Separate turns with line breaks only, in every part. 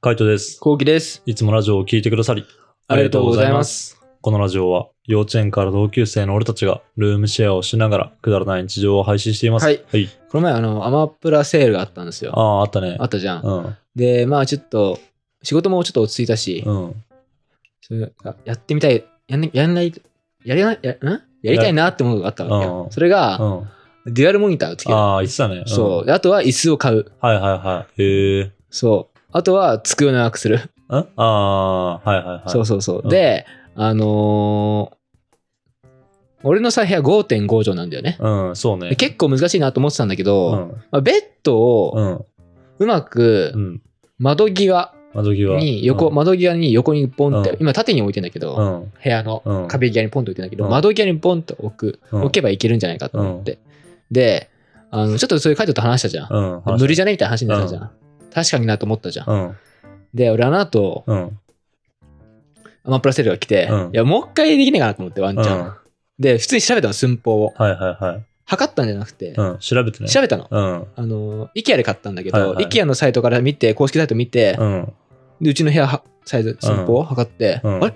カイトです。
こうきです。
いつもラジオを聞いてくださり、
ありがとうございます。
このラジオは、幼稚園から同級生の俺たちが、ルームシェアをしながら、くだらない日常を配信しています。
はい。この前、あの、アマプラセールがあったんですよ。
あ
あ
あ、あったね。
ったじゃん。
うん。
で、まあちょっと、仕事もちょっと落ち着いたし、
うん。
それあやってみたい、やんなやんない、やりな、やんやりたいなってものがあったわけ
う
よ
ん。
それが、
うん。
デュアルモニターをつける。
ああ、言ってたね。ん
そう。であとは椅子を買う。
はいはいはい。へえ。ん
そう。あとは机を長くする。
ああー、はいはいはい。
そうそうそう。
うん
で、あのー俺のさ、部屋5.5畳なんだよね。
うん、そうね。
で結構難しいなと思ってたんだけ
構う
ど、
ん。
まあ、ベッド
う
を
ん。
うまく
うん。
窓際、
窓際。
に横、
うん
窓際に横にポンって、
うん
今縦に置いてんだけど、
うん。
部屋の
うん
壁際にポンと置いてんだけど、
うん
窓際にポンと置く、
うん
置けばいけるんじゃないかと思って。で、あの、ちょっとそういうカイトと話したじゃん。
うん。話
ノリじゃねみたいな話になったじゃん。確かになと思ったじゃん。
うん。
で、俺あの後、
うん。
アマプラセルが来て、
うん
いや、もう一回できねえかなと思って、ワンチャン。
うん
で、普通に調べたの、寸法を。
はいはいはい。
測ったんじゃなくて、
うん。調べてね。
調べたの。
うん。
あの、IKEA で買ったんだけど、
はいはい
IKEA のサイトから見て、公式サイト見て、
うん。
で、うちの部屋はサイズ、寸法を測って、
うん
あれ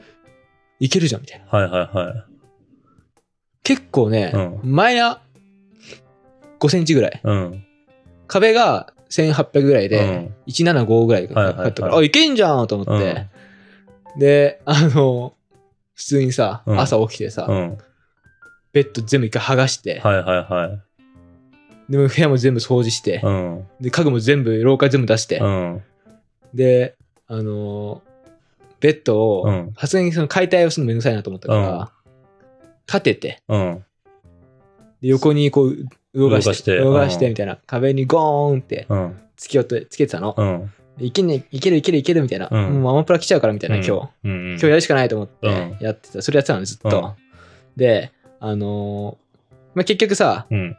いけるじゃんみたいな。
はいはいはい。
結構ね、
うん
マイナ5センチぐらい。
うん。
壁が1800ぐらいで、175ぐらい
はいはい
だっ
はい
たから、あ、いけんじゃんと
うん。
思って。で、あの、普通にさ、
うん
朝起きてさ、
うん。
ベッド全部一回剥がして、
はいはいはい。
でも部屋も全部掃除して、
うん。
で、家具も全部、廊下全部出して、
うん。
で、あの、ベッド
う
を、
ん。
さすがにその解体をするのめんどくさいなと思ったから、立てて、
うん。
で横にこう、動
動
か
か
し
して
て、
うん
動かしてみたいな、壁にゴーンって
うん。
突き落とつけてたの。
うん。
いけね、いけるいけるいけるみたいな。
うん
もうアマプラ来ちゃうからみたいな、今日。今
うん。
日やるしかないと思っ
うん
てやってた。それやってたの、ずっと。で、あのーまあ、結局さ、
うん。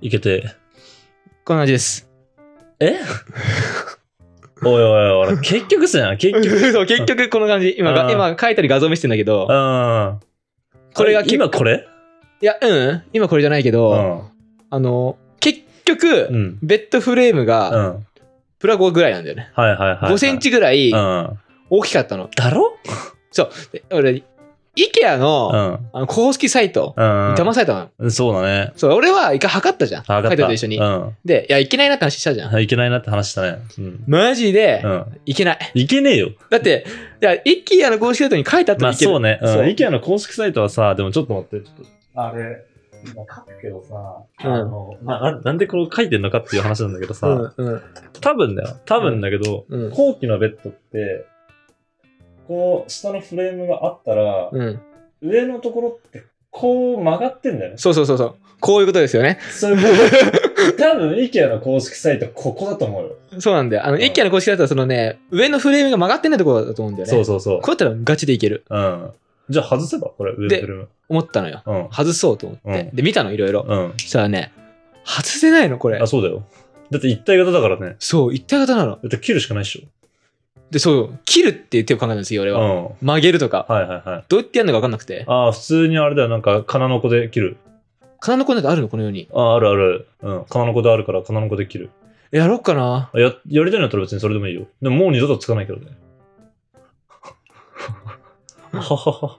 いけて。
こんな感じ です。
え おいおいおい、俺結局さ、結局。
そう結局この感じ。今が、
あー
今書いたり画像見せてんだけ
う
ど、
ん。
これが結
今これ
いや、うん、今これじゃないけ
う
ど、
ん。
あのー結局、
うん。
ベッドフレーム
う
が
ん。
プラ5ぐらいなんだよね。
はいはいはいはい。
5センチぐらい
うん。
大きかったの。
だろ
で俺、IKEA の,、
うん。
あの公式サイト
う
に
ん。
騙されたの。
そうだね。
そう、俺は一回測ったじゃん。
あわかっ
カイト
た。
と一緒に。
うん。
で、いや、いけないなって話したじゃん。
いけないなって話したね。うん。
マジで
う、ん。
いけない。
いけねえよ。
だって、いや、一気やの公式サイトに書いてあった
ま
ら
あ
いける。
そうね。うん。
そう
IKEA の公式サイトはさ、でもちょっと待って、ちょっと。あれ、今書くけどさ、
うん
あの、まあ、なんなんでこれを書いてんのかっていう話なんだけどさ、
うん、
多分だよ。多分だけど、
うんうん
後期のベッドって、こう、下のフレームがあったら、
うん。うん。
上のところって、こう曲がってんだよね。
そうそうそうそう。こういうことですよね。
そういうこと 多分 IKEA の公式サイト、ここだと思うよ。
そうなんだよ。あの、
うん
一気やの公式サイトはそのね、上のフレームが曲がってないところだと思うんだよね。
そう
そ
そうそう
こう。やったらガチでいける。
うん。じゃあ外せば、これ、上のフ
で
レーム。
思ったのよ。
うん。
外そうと思って。
う
で、見たの、いろいろ。
うん。
そしたらね、外せないの、これ
あ、。そうだよ。だって一体型だからね。
そう、一体型なの。
だって切るしかないっしょ。
で、そう、切るっていう手を考えたんですよ、俺
うん。
は。
は
曲げるとか
い。はいはい。
どうやってやるのか分かんなくて。
ああ、普通にあれだよ。なんか、金の子で切る。
金の子なんかあるの、このように。
ああ、あるある。うん。金の子であるから、金の子で切る。
やろうかな。
あや、やりたいんだったら別にそれでもいいよ。でももう二度とつかないけどね。 ははは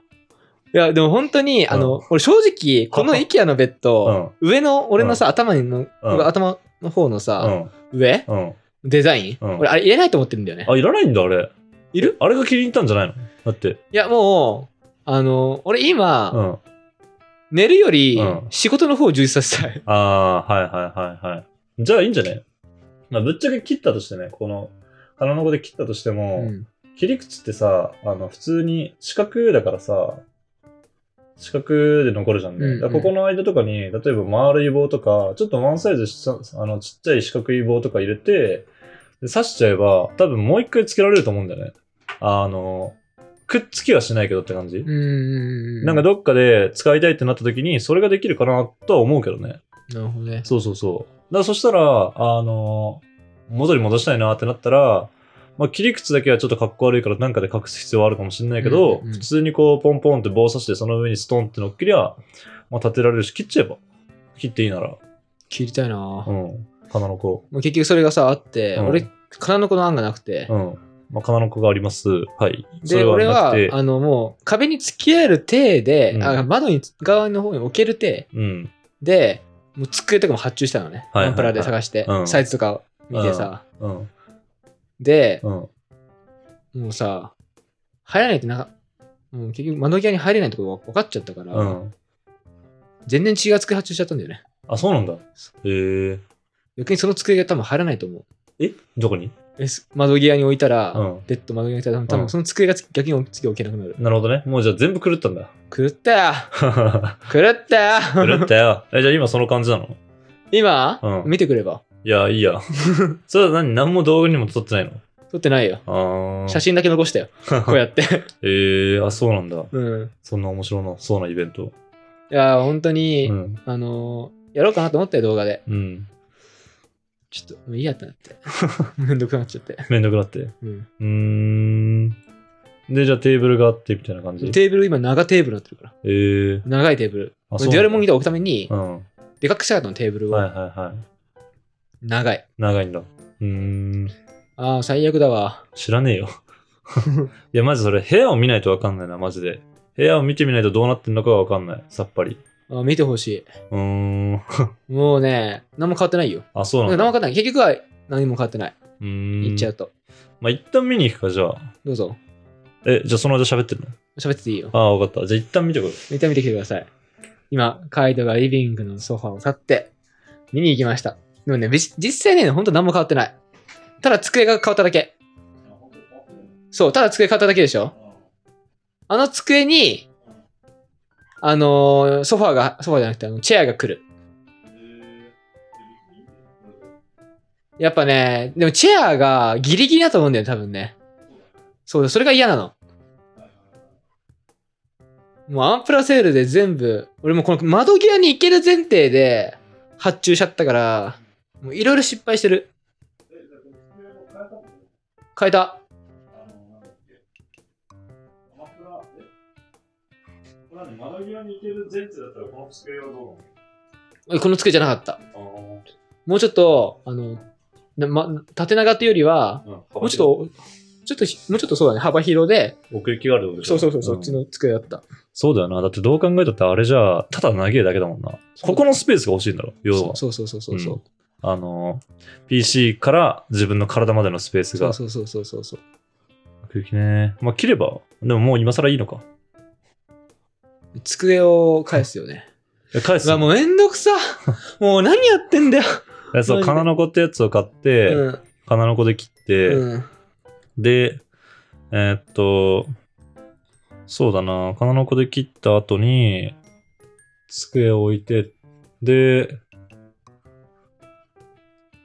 い
や、でも本当に、
ん
あの、俺正直、この IKEA のベッド、
は。
上の、俺のさ、頭の、
うん
頭の方の
う
さ、
ん。
上
うん。うん。
デザイン、
うん
俺、あれ入れないと思ってるんだよね。
あ、いらないんだ、あれ。
いる
あれが気に入ったんじゃないのだって。
いや、もう、あの、俺今、
うん。あ
寝るより
うん、
仕事の方を充実させたい。
あー、はいはいはいはい。じゃあいいんじゃないまあ、ぶっちゃけ切ったとしてね、この、金の子で切ったとしても、
うん
切り口ってさ、あの、普通に四角だからさ、四角で残るじゃんね。
うんうん
だからここの間とかに、例えば丸い棒とか、ちょっとワンサイズしあのちっちゃい四角い棒とか入れて、で刺しちゃえば、多分もう一回つけられると思うんだよね。あの、くっつきはしないけどって感じ。
うーん。
なんかどっかで使いたいってなった時に、それができるかなとは思うけどね。
なるほどね。
そうそうそう。だからそしたら、あの、元に戻したいなってなったら、まあ、切り口だけはちょっとかっこ悪いからなんかで隠す必要はあるかもしれないけど、
うんうん
普通にこうポンポンって棒刺してその上にストンって乗っけりゃ、まあ、立てられるし、切っちゃえば。切っていいなら。
切りたいな、
うん。花の子。
もう結局それがさ、あって、
うん
俺、空の子の案がなくて、
うん。まあ、金の子があります。はい。そ
で、
れ
俺
はな
は
くて、、
あの、もう、壁に突き合える手で、
うん
あ窓に側の方に置ける手
うん。
で、もう机とかも発注したのね。
はいはいはい
アンプラで探して、
うん
サイズとかを見てさ。
うん。
で、
うん。
もうさ、入らないってなんか、もう結局窓際に入れないってことが分かっちゃったから、
うん。
全然違う机発注しちゃったんだよね。
あ、そうなんだ。へえ。
逆にその机が多分入らないと思う。
えどこに
えす窓際に置いたら、
うん
ベッド窓際に置いたら、多
うん
分その机が逆に次置けなくなる。
なるほどね。もうじゃあ全部狂ったんだ。
狂ったよ狂ったよ
狂ったよ。え、じゃあ今その感じなの
今、
うん
見てくれば。
いや、いいや。 それは何何も動画にも撮ってないの
撮ってないよ。
あー
写真だけ残したよ。こうやって。
ええあ、そうなんだ。
うん。
そんな面白な、そうなイベント。
いやー、本当に、
うん。
あのーやろうかなと思ったよ、動画で。
うん。
ちょっと、もういいやって なって。めんどくさくなっちゃって。
めんどくなって。う
うん。
ーん。で、じゃあテーブルがあってみたいな感じ。
テーブル、今、長テーブルになってるから。
えー、
長いテーブル。
あ
俺デュアルモニター置くために
う、ん。は
でかくしたかったの、テーブ
い
ル
はい
を。
はい。
長い。
長いんだ。うーん。
ああ、最悪だわ。
知らねえよ。 いや、マジそれ、部屋を見ないとわかんないな、マジで。部屋を見てみないとどうなってんのかがわかんない。さっぱり。
あー見てほし
うーん。
い。もうね、何も変わってないよ。
あ、そうな
何
んだ。
も変わってない。結局は何も変わってない。
うーん。
言っちゃうと。
まあ、一旦見に行くか、じゃあ。
どうぞ。
え、じゃあその間喋ってるの
喋ってていいよ。
ああ、わかった。じゃあ一旦見てこい。
見て見てきてください。今、カイドがリビングのソファーを去って、見に行きました。でもね、びし実際ね、ほんと何も変わってない。ただ机が変わっただけ。そう、ただ机変わっただけでしょあの机に、あのーソファーが、ソファーじゃなくて、あの、チェアが来る。やっぱね、でもチェアがギリギリだと思うんだよ、多分ね。そうそれが嫌なの。もうアンプラセールで全部、俺もうこの窓際に行ける前提で発注しちゃったから、もういろいろ失敗してる。変えた。
窓際に行ける前提だったらこの机はど
えこの机じゃなかっ
う
た。
なの
もうちょっと、あの、なま、縦長っていうよりは、もうちょっと、ちょっとひ、もうちょっとそうだね、幅広で、
と奥行きがあるってことでし
そ
ょ
うそうそう、そっ
ん
ちの机だった。
そうだよな。だってどう考えたってあれじゃあ、ただ長いだけだもんな。ここのスペースが欲しいんだろ、要は。
そうそうそうそうそう。
あの、PC から自分の体までのスペース
そ
が
う。そうそうそうそうそう。
奥行きね。まあ、切れば。でももう今更いいのか。
机を返すよね。
いや返す
うわ、もうめんどく さ。もう何やってんだよ。
えそう、
マジで
金の子ってやつを買って、
うん。
金の子で切って、
うん。
で、えーっと、そうだな、金の子で切った後に、机を置いて、で、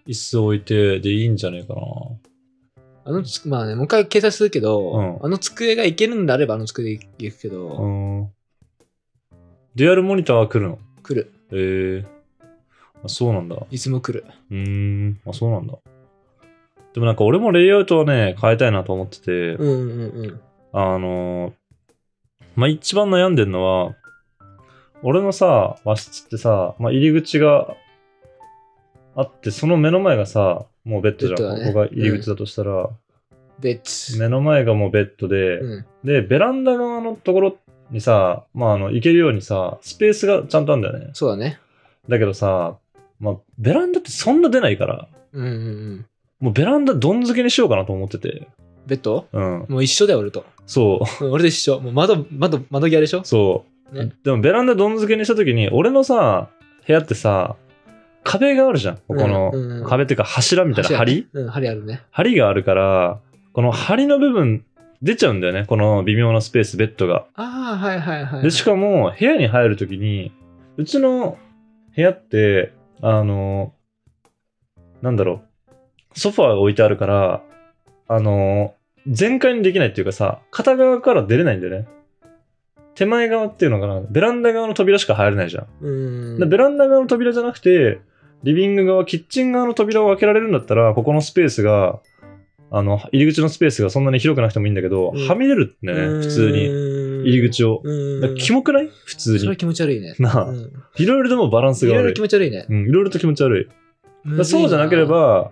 椅子置いて、でいいんじゃねえかな。
あのつ、まあね、もう一回計算するけど、
うん
あの机がいけるんであればあの机で行くけど、
うーん。デュアルモニターは来るの
来
え
る。
えあ、そうなんだ。
いつも来る。
うーん、あ、そうなんだ。でもなんか俺もレイアウトはね、変えたいなと思ってて、
うんうんうん。
あのーまあ、一番悩んでるのは、俺のさ、和室ってさ、まあ、入り口があって、その目の前がさ、もうベッドじゃん。
ベッドだね
ここが入り口だとしたら、
別。
目の前がもうベッドで、
うん。
で、ベランダ側のところにさ、まあ、あの、行けるようにさ、スペースがちゃんとあるんだよね。
そうだね。
だけどさ、まあ、ベランダってそんな出ないから、
うんうんうん。
もうベランダどん付けにしようかなと思ってて。
ベッド
うん。
もう一緒だよ、俺と。
そう。
うん俺と一緒。もう窓、窓、窓際でしょ
そう、
ね
でもベランダどん付けにした時に俺のさ部屋ってさ壁があるじゃんここの、
うんうんうん
壁っていうか柱みたいな
柱
梁
うん、針あるね。
梁があるからこの梁の部分出ちゃうんだよねこの微妙なスペースベッドが
ああ、はいはいはい。
でしかも部屋に入る時にうちの部屋ってあのなんだろうソファーが置いてあるからあの全開にできないっていうかさ片側から出れないんだよね手前側っていうのかなベランダ側の扉しか入れないじゃん、
うん。
でベランダ側の扉じゃなくてリビング側キッチン側の扉を開けられるんだったらここのスペースがあの入り口のスペースがそんなに広くなくてもいいんだけど、
うん
はみ出るんだよね普通に
に
入り口を、
うん。
だからキモくない普通
それ
に。
気持ち悪いね。
なあ、
うん。
いろいろでもバランス
い
が
ろい
悪
ろ
い
気。持ち悪いね。
うん、いろいろと気持ち悪い。だから
むずい
そうじゃなければ、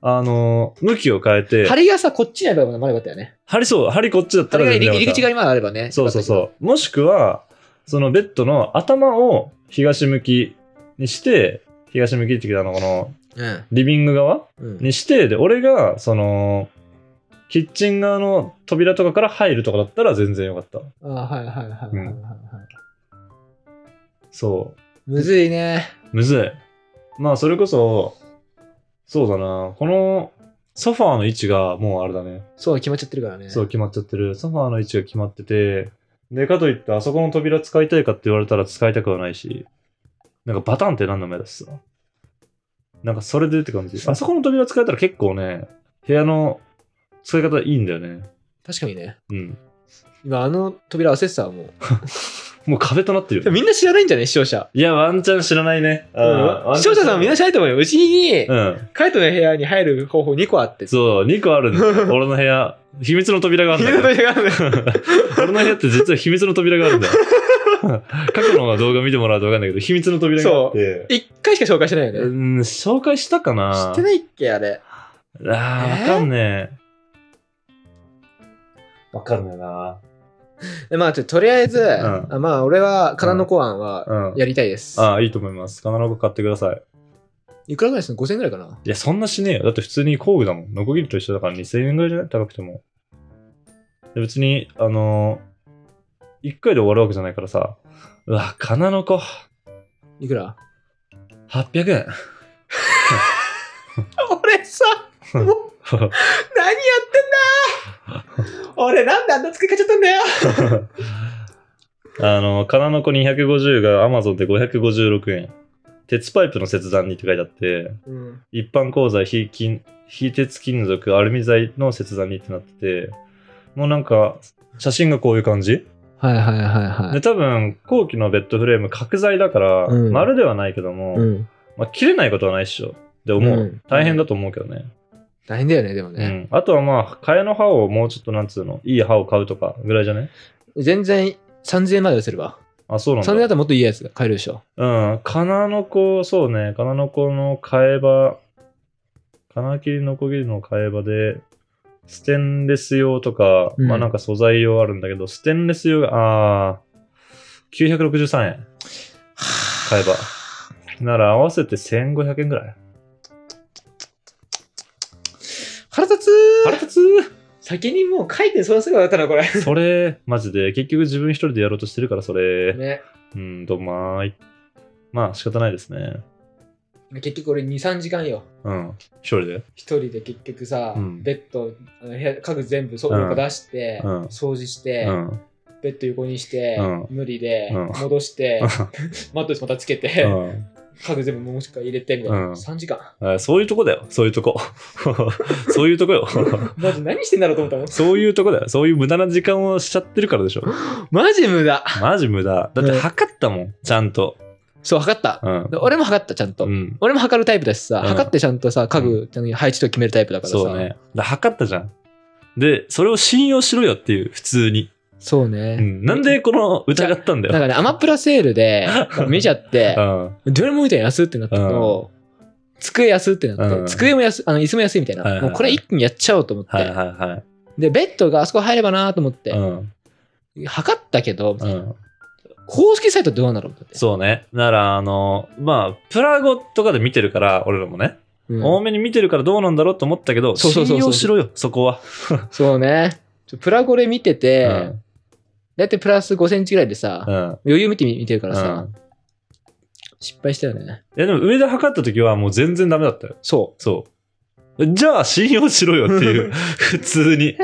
あの、向きを変えて、
針がさ、こっちにあればまだよかったよね。
針そう、針こっちだったら
針が
全然よ
入
か
り
った
入り口が今あればね。
そうそう
よかっ
そう。もしくは、そのベッドの頭を東向きにして、東向きって言うとあの、この、
たけど。
リビング側
うん。うん。
にして、で、俺が、その、キッチン側の扉とかから入るとかだったら全然よかった。
ああ、はいはいはいはいはいはい。
そ
むずいね。
う。むずい。まあ、それこそ、そうだな。この、ソファーの位置がもうあれだね。
そう、決まっちゃってるからね。
そう、。決まっちゃってる。ソファーの位置が決まってて、で、かといって、あそこの扉使いたいかって言われたら使いたくはないし、なんかバタンって何の目だしさ。なんかそれでって感じ。あそこの扉使えたら結構ね、部屋の使い方いいんだよね。
確かにね。
うん。
今、あの扉、アセッサーも
もう壁となってる
う。
よね。
みんな知らないんじゃない視聴者。
いや、ワンチャン知らないね。あー
うん視聴者さんはみんな知らないと思うよ。うちに、
うん。
カイトの部屋に入る方法2個あって。
そう、2個あるんだよ。俺の部屋。秘密の扉があるんだよ。
扉があるんだよ
俺の部屋って実は秘密の扉があるん だよ。過去の動画見てもらうと分かんないけど、秘密の扉があって。
一回しか紹介してないよ
う
ね。
ん、紹介したかな
知ってないっけあれ。
あー、
え
わかんねえ。わかんねえな。
でまあ、ちょとりあえず、
ん
あまあ、俺は、空のコアンは、
うん。
やりたいです。
ああ、いいと思います。必ず買ってください。
いくらぐらいするの ?5000 ぐらいかない
や、そんなしねえよ。だって普通に工具だもん。ノコギリと一緒だから2000円ぐらいじゃない高くても。で別に、あのー、1回で終わるわけじゃないからさ。うわ、金の子、
いくら
800円。
俺さ、もう、何やってんだ俺なんであんな作り方ちゃったんだよ
あの、金の子250が Amazon で556円。鉄パイプの切断にって書いてあって、
うん。
一般鋼材非金、非鉄金属、アルミ材の切断にってなってて、もうなんか、写真がこういう感じ
はいはいはいは
で、
い。
多分、後期のベッドフレーム、角材だから、
うん
丸ではないけども、
うん。
まあ、切れないことはないっしょ。で思う。
うん
大変だと思うけどね。
大変だよね、でも
うん。
ね。
あとはまあ、替えの刃をもうちょっと、なんつうの、いい刃を買うとかぐらいじゃね
全然、3000円まで寄せれば。
あ、そうなんだ
3000円だったらもっといいやつが買えるでしょ。
うん、金の子、そうね、金の子の替え刃、金切りのこぎりの替え刃で、ステンレス用とか、
うん
まあなんか素材用あるんだけど、ステンレス用が、あー、963円、買えば。なら合わせて1500円ぐらい。
腹立つ
腹
ー
立つ
先にもう書いてそうすぐだったな、これ。
それ、マジで、結局自分一人でやろうとしてるから、それ。
ね。
うん、どまーい。まあ仕方ないですね。
結局俺2、3時間よ。
うん、一人で。
一人で結局さ、
うん
ベッド、あの部屋家具全部外から出して、
うん
掃除して、
うん。
ベッド横にして、
うん
無理で、
うん
戻して、マットレスまたつけて、
うん
家具全部もしか入れてみたいな、
うん
3時間
あそういうとこだよ。そういうとこ。 そういうとこよ。
マジ何してんだろうと思った
そういうとこだよ。そういう無駄な時間をしちゃってるからでしょ。
もんマジ無駄
マジ無駄。だって
うん
測ったもん。ちゃんと。
そう測った、
うん
で。俺も測ったちゃんと、
うん。
俺も測るタイプだしさ、
うん
測ってちゃんとさ家具ちゃんと配置とか決めるタイプだからさ
そうね。だ測ったじゃん。で、それを信用しろよっていう、普通に。
そうね
うん。なんでこの疑ったんだ
なん
よ。
かねアマプラセールで 見ちゃって
うん。
どれもみたいに安ってなったのを、机安ってなって、
うん
机も安あの椅子も安いみたいな、
はいはいはい
もうこれ一気にやっちゃおうと思って、
はいはいはい。
でベッドがあそこ入ればなと思って、
うん。
測ったけど、
うん。
公式サイトどうなるんだって
そうね。なら、あの、まあ、プラゴとかで見てるから、俺らもね。
うん
多めに見てるからどうなんだろうと思ったけど、
そうそう
信
そうそう
用しろよ、そこは。
そうね。ちょプラゴレ見てて、だいたいプラス5センチぐらいでさ、
うん。うん。
余裕見てみ見てるからさ、
うん
失敗したよね。
いやでも上で測った時はもう全然ダメだったよ。
そ
そう。じゃあ信用しろよって いう、普通に。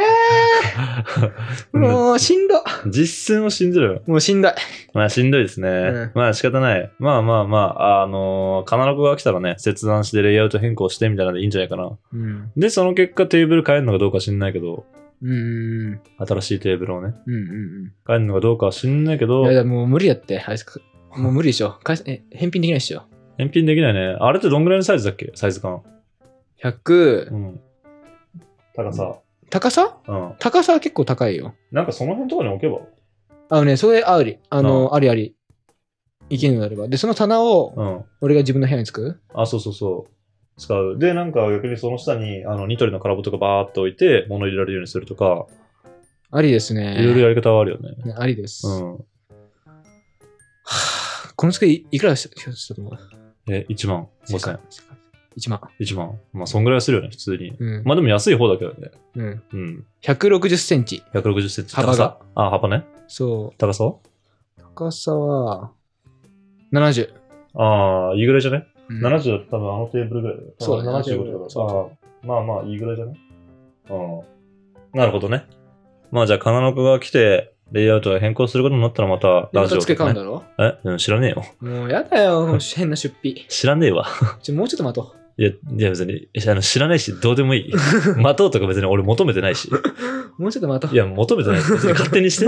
う。 もうしんど。
実践を信じろよ。
もうしんどい。
まあしんどいですね。
うん
まあ仕方ない。まあまあまあ、あのー、金の子が来たらね、切断してレイアウト変更してみたいなのでいいんじゃないかな。
うん。
で、その結果テーブル変えるのかどうか知んないけど、
うんうん
新しいテーブルをね、
うんうん
変えるのかどうかは知んないけ
う
ど
ん。い、や、もう無理だって。あいつかもう無理でし ょ。返すえ返品できないでしょ。
返品できないね。あれってどんぐらいのサイズだっけサイズ感。
100、
うん。高さ。
高さ
うん。
高さは結構高いよ。
なんかその辺とかに置けば
あのね、それあり。あの、ありあり。いけるのであれば。で、その棚を
うん。
俺が自分の部屋に作る
あ、そうそうそう。使う。で、なんか逆にその下に、あの、ニトリの空ボとかバーっと置いて、物入れられるようにするとか、
ありですね。
いろいろやり方はあるよね。
ねありです。は
う。
あこの机いいくらしたしたと思うん
え、1万5千。
1万。
1万。まあ、そんぐらいはするよね、普通に。
うん。
まあでも安い方だけどね。
うん、
うん。
160センチ。
160センチ。
幅が
高さあ、幅ね。
そ
高さは
う。高さは、70。
ああ、いいぐらいじゃね
うん
70だと多分あのテーブルぐらいだよ。
そうだね
75とかだ
そ
ああまあまあ、いいぐらいじゃねうん。なるほどね。まあじゃあ、かなのこが来て、レイアウトが変更することになったらまた
でま
ラジ
た
オ
付け
と
買う
か
ん
ね。
だろ
え、うん、知らねえよ。
もうやだよ、この変な出費。
知らねえわ。
ちょもうちょっと待と
いや、いや別に、えあの知らないし、どうで もいい。待とうとか別に俺求めてないし。
う。もうちょっと待とう。
いや、求めてない。別に勝手にして。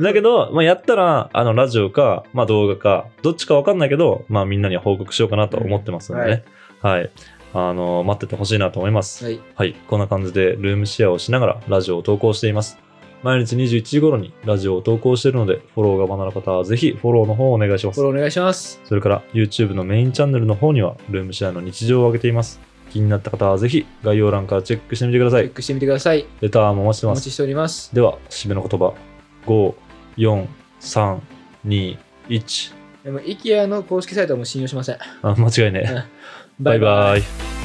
だけど、まあ、やったら、あの、ラジオか、まあ、動画か、どっちかわかんないけど、まあ、みんなには報告しようかなと思ってますんでね。はい、あの、待っててほしいなと思います。
はい。
はい、こんな感じでルームシェアをしながらラジオを投稿しています。毎日21時頃にラジオを投稿しているので、フォローがまだの方はぜひフォローの方をお願いしま
フォ
す。
ローお願いします。
それから YouTube のメインチャンネルの方にはルームシェアの日常を上げています。気になった方はぜひ概要欄からチェックしてみてくださ
チェ
い
ッ。クしてみてください。
レターもお待ちして
お
ま
待
す。
ちしております。
では、締めの言葉。5、4、3、2、1。
でも、IKEA の公式サイトはもう信用しません。
あ、間違いねえ。バイバイ。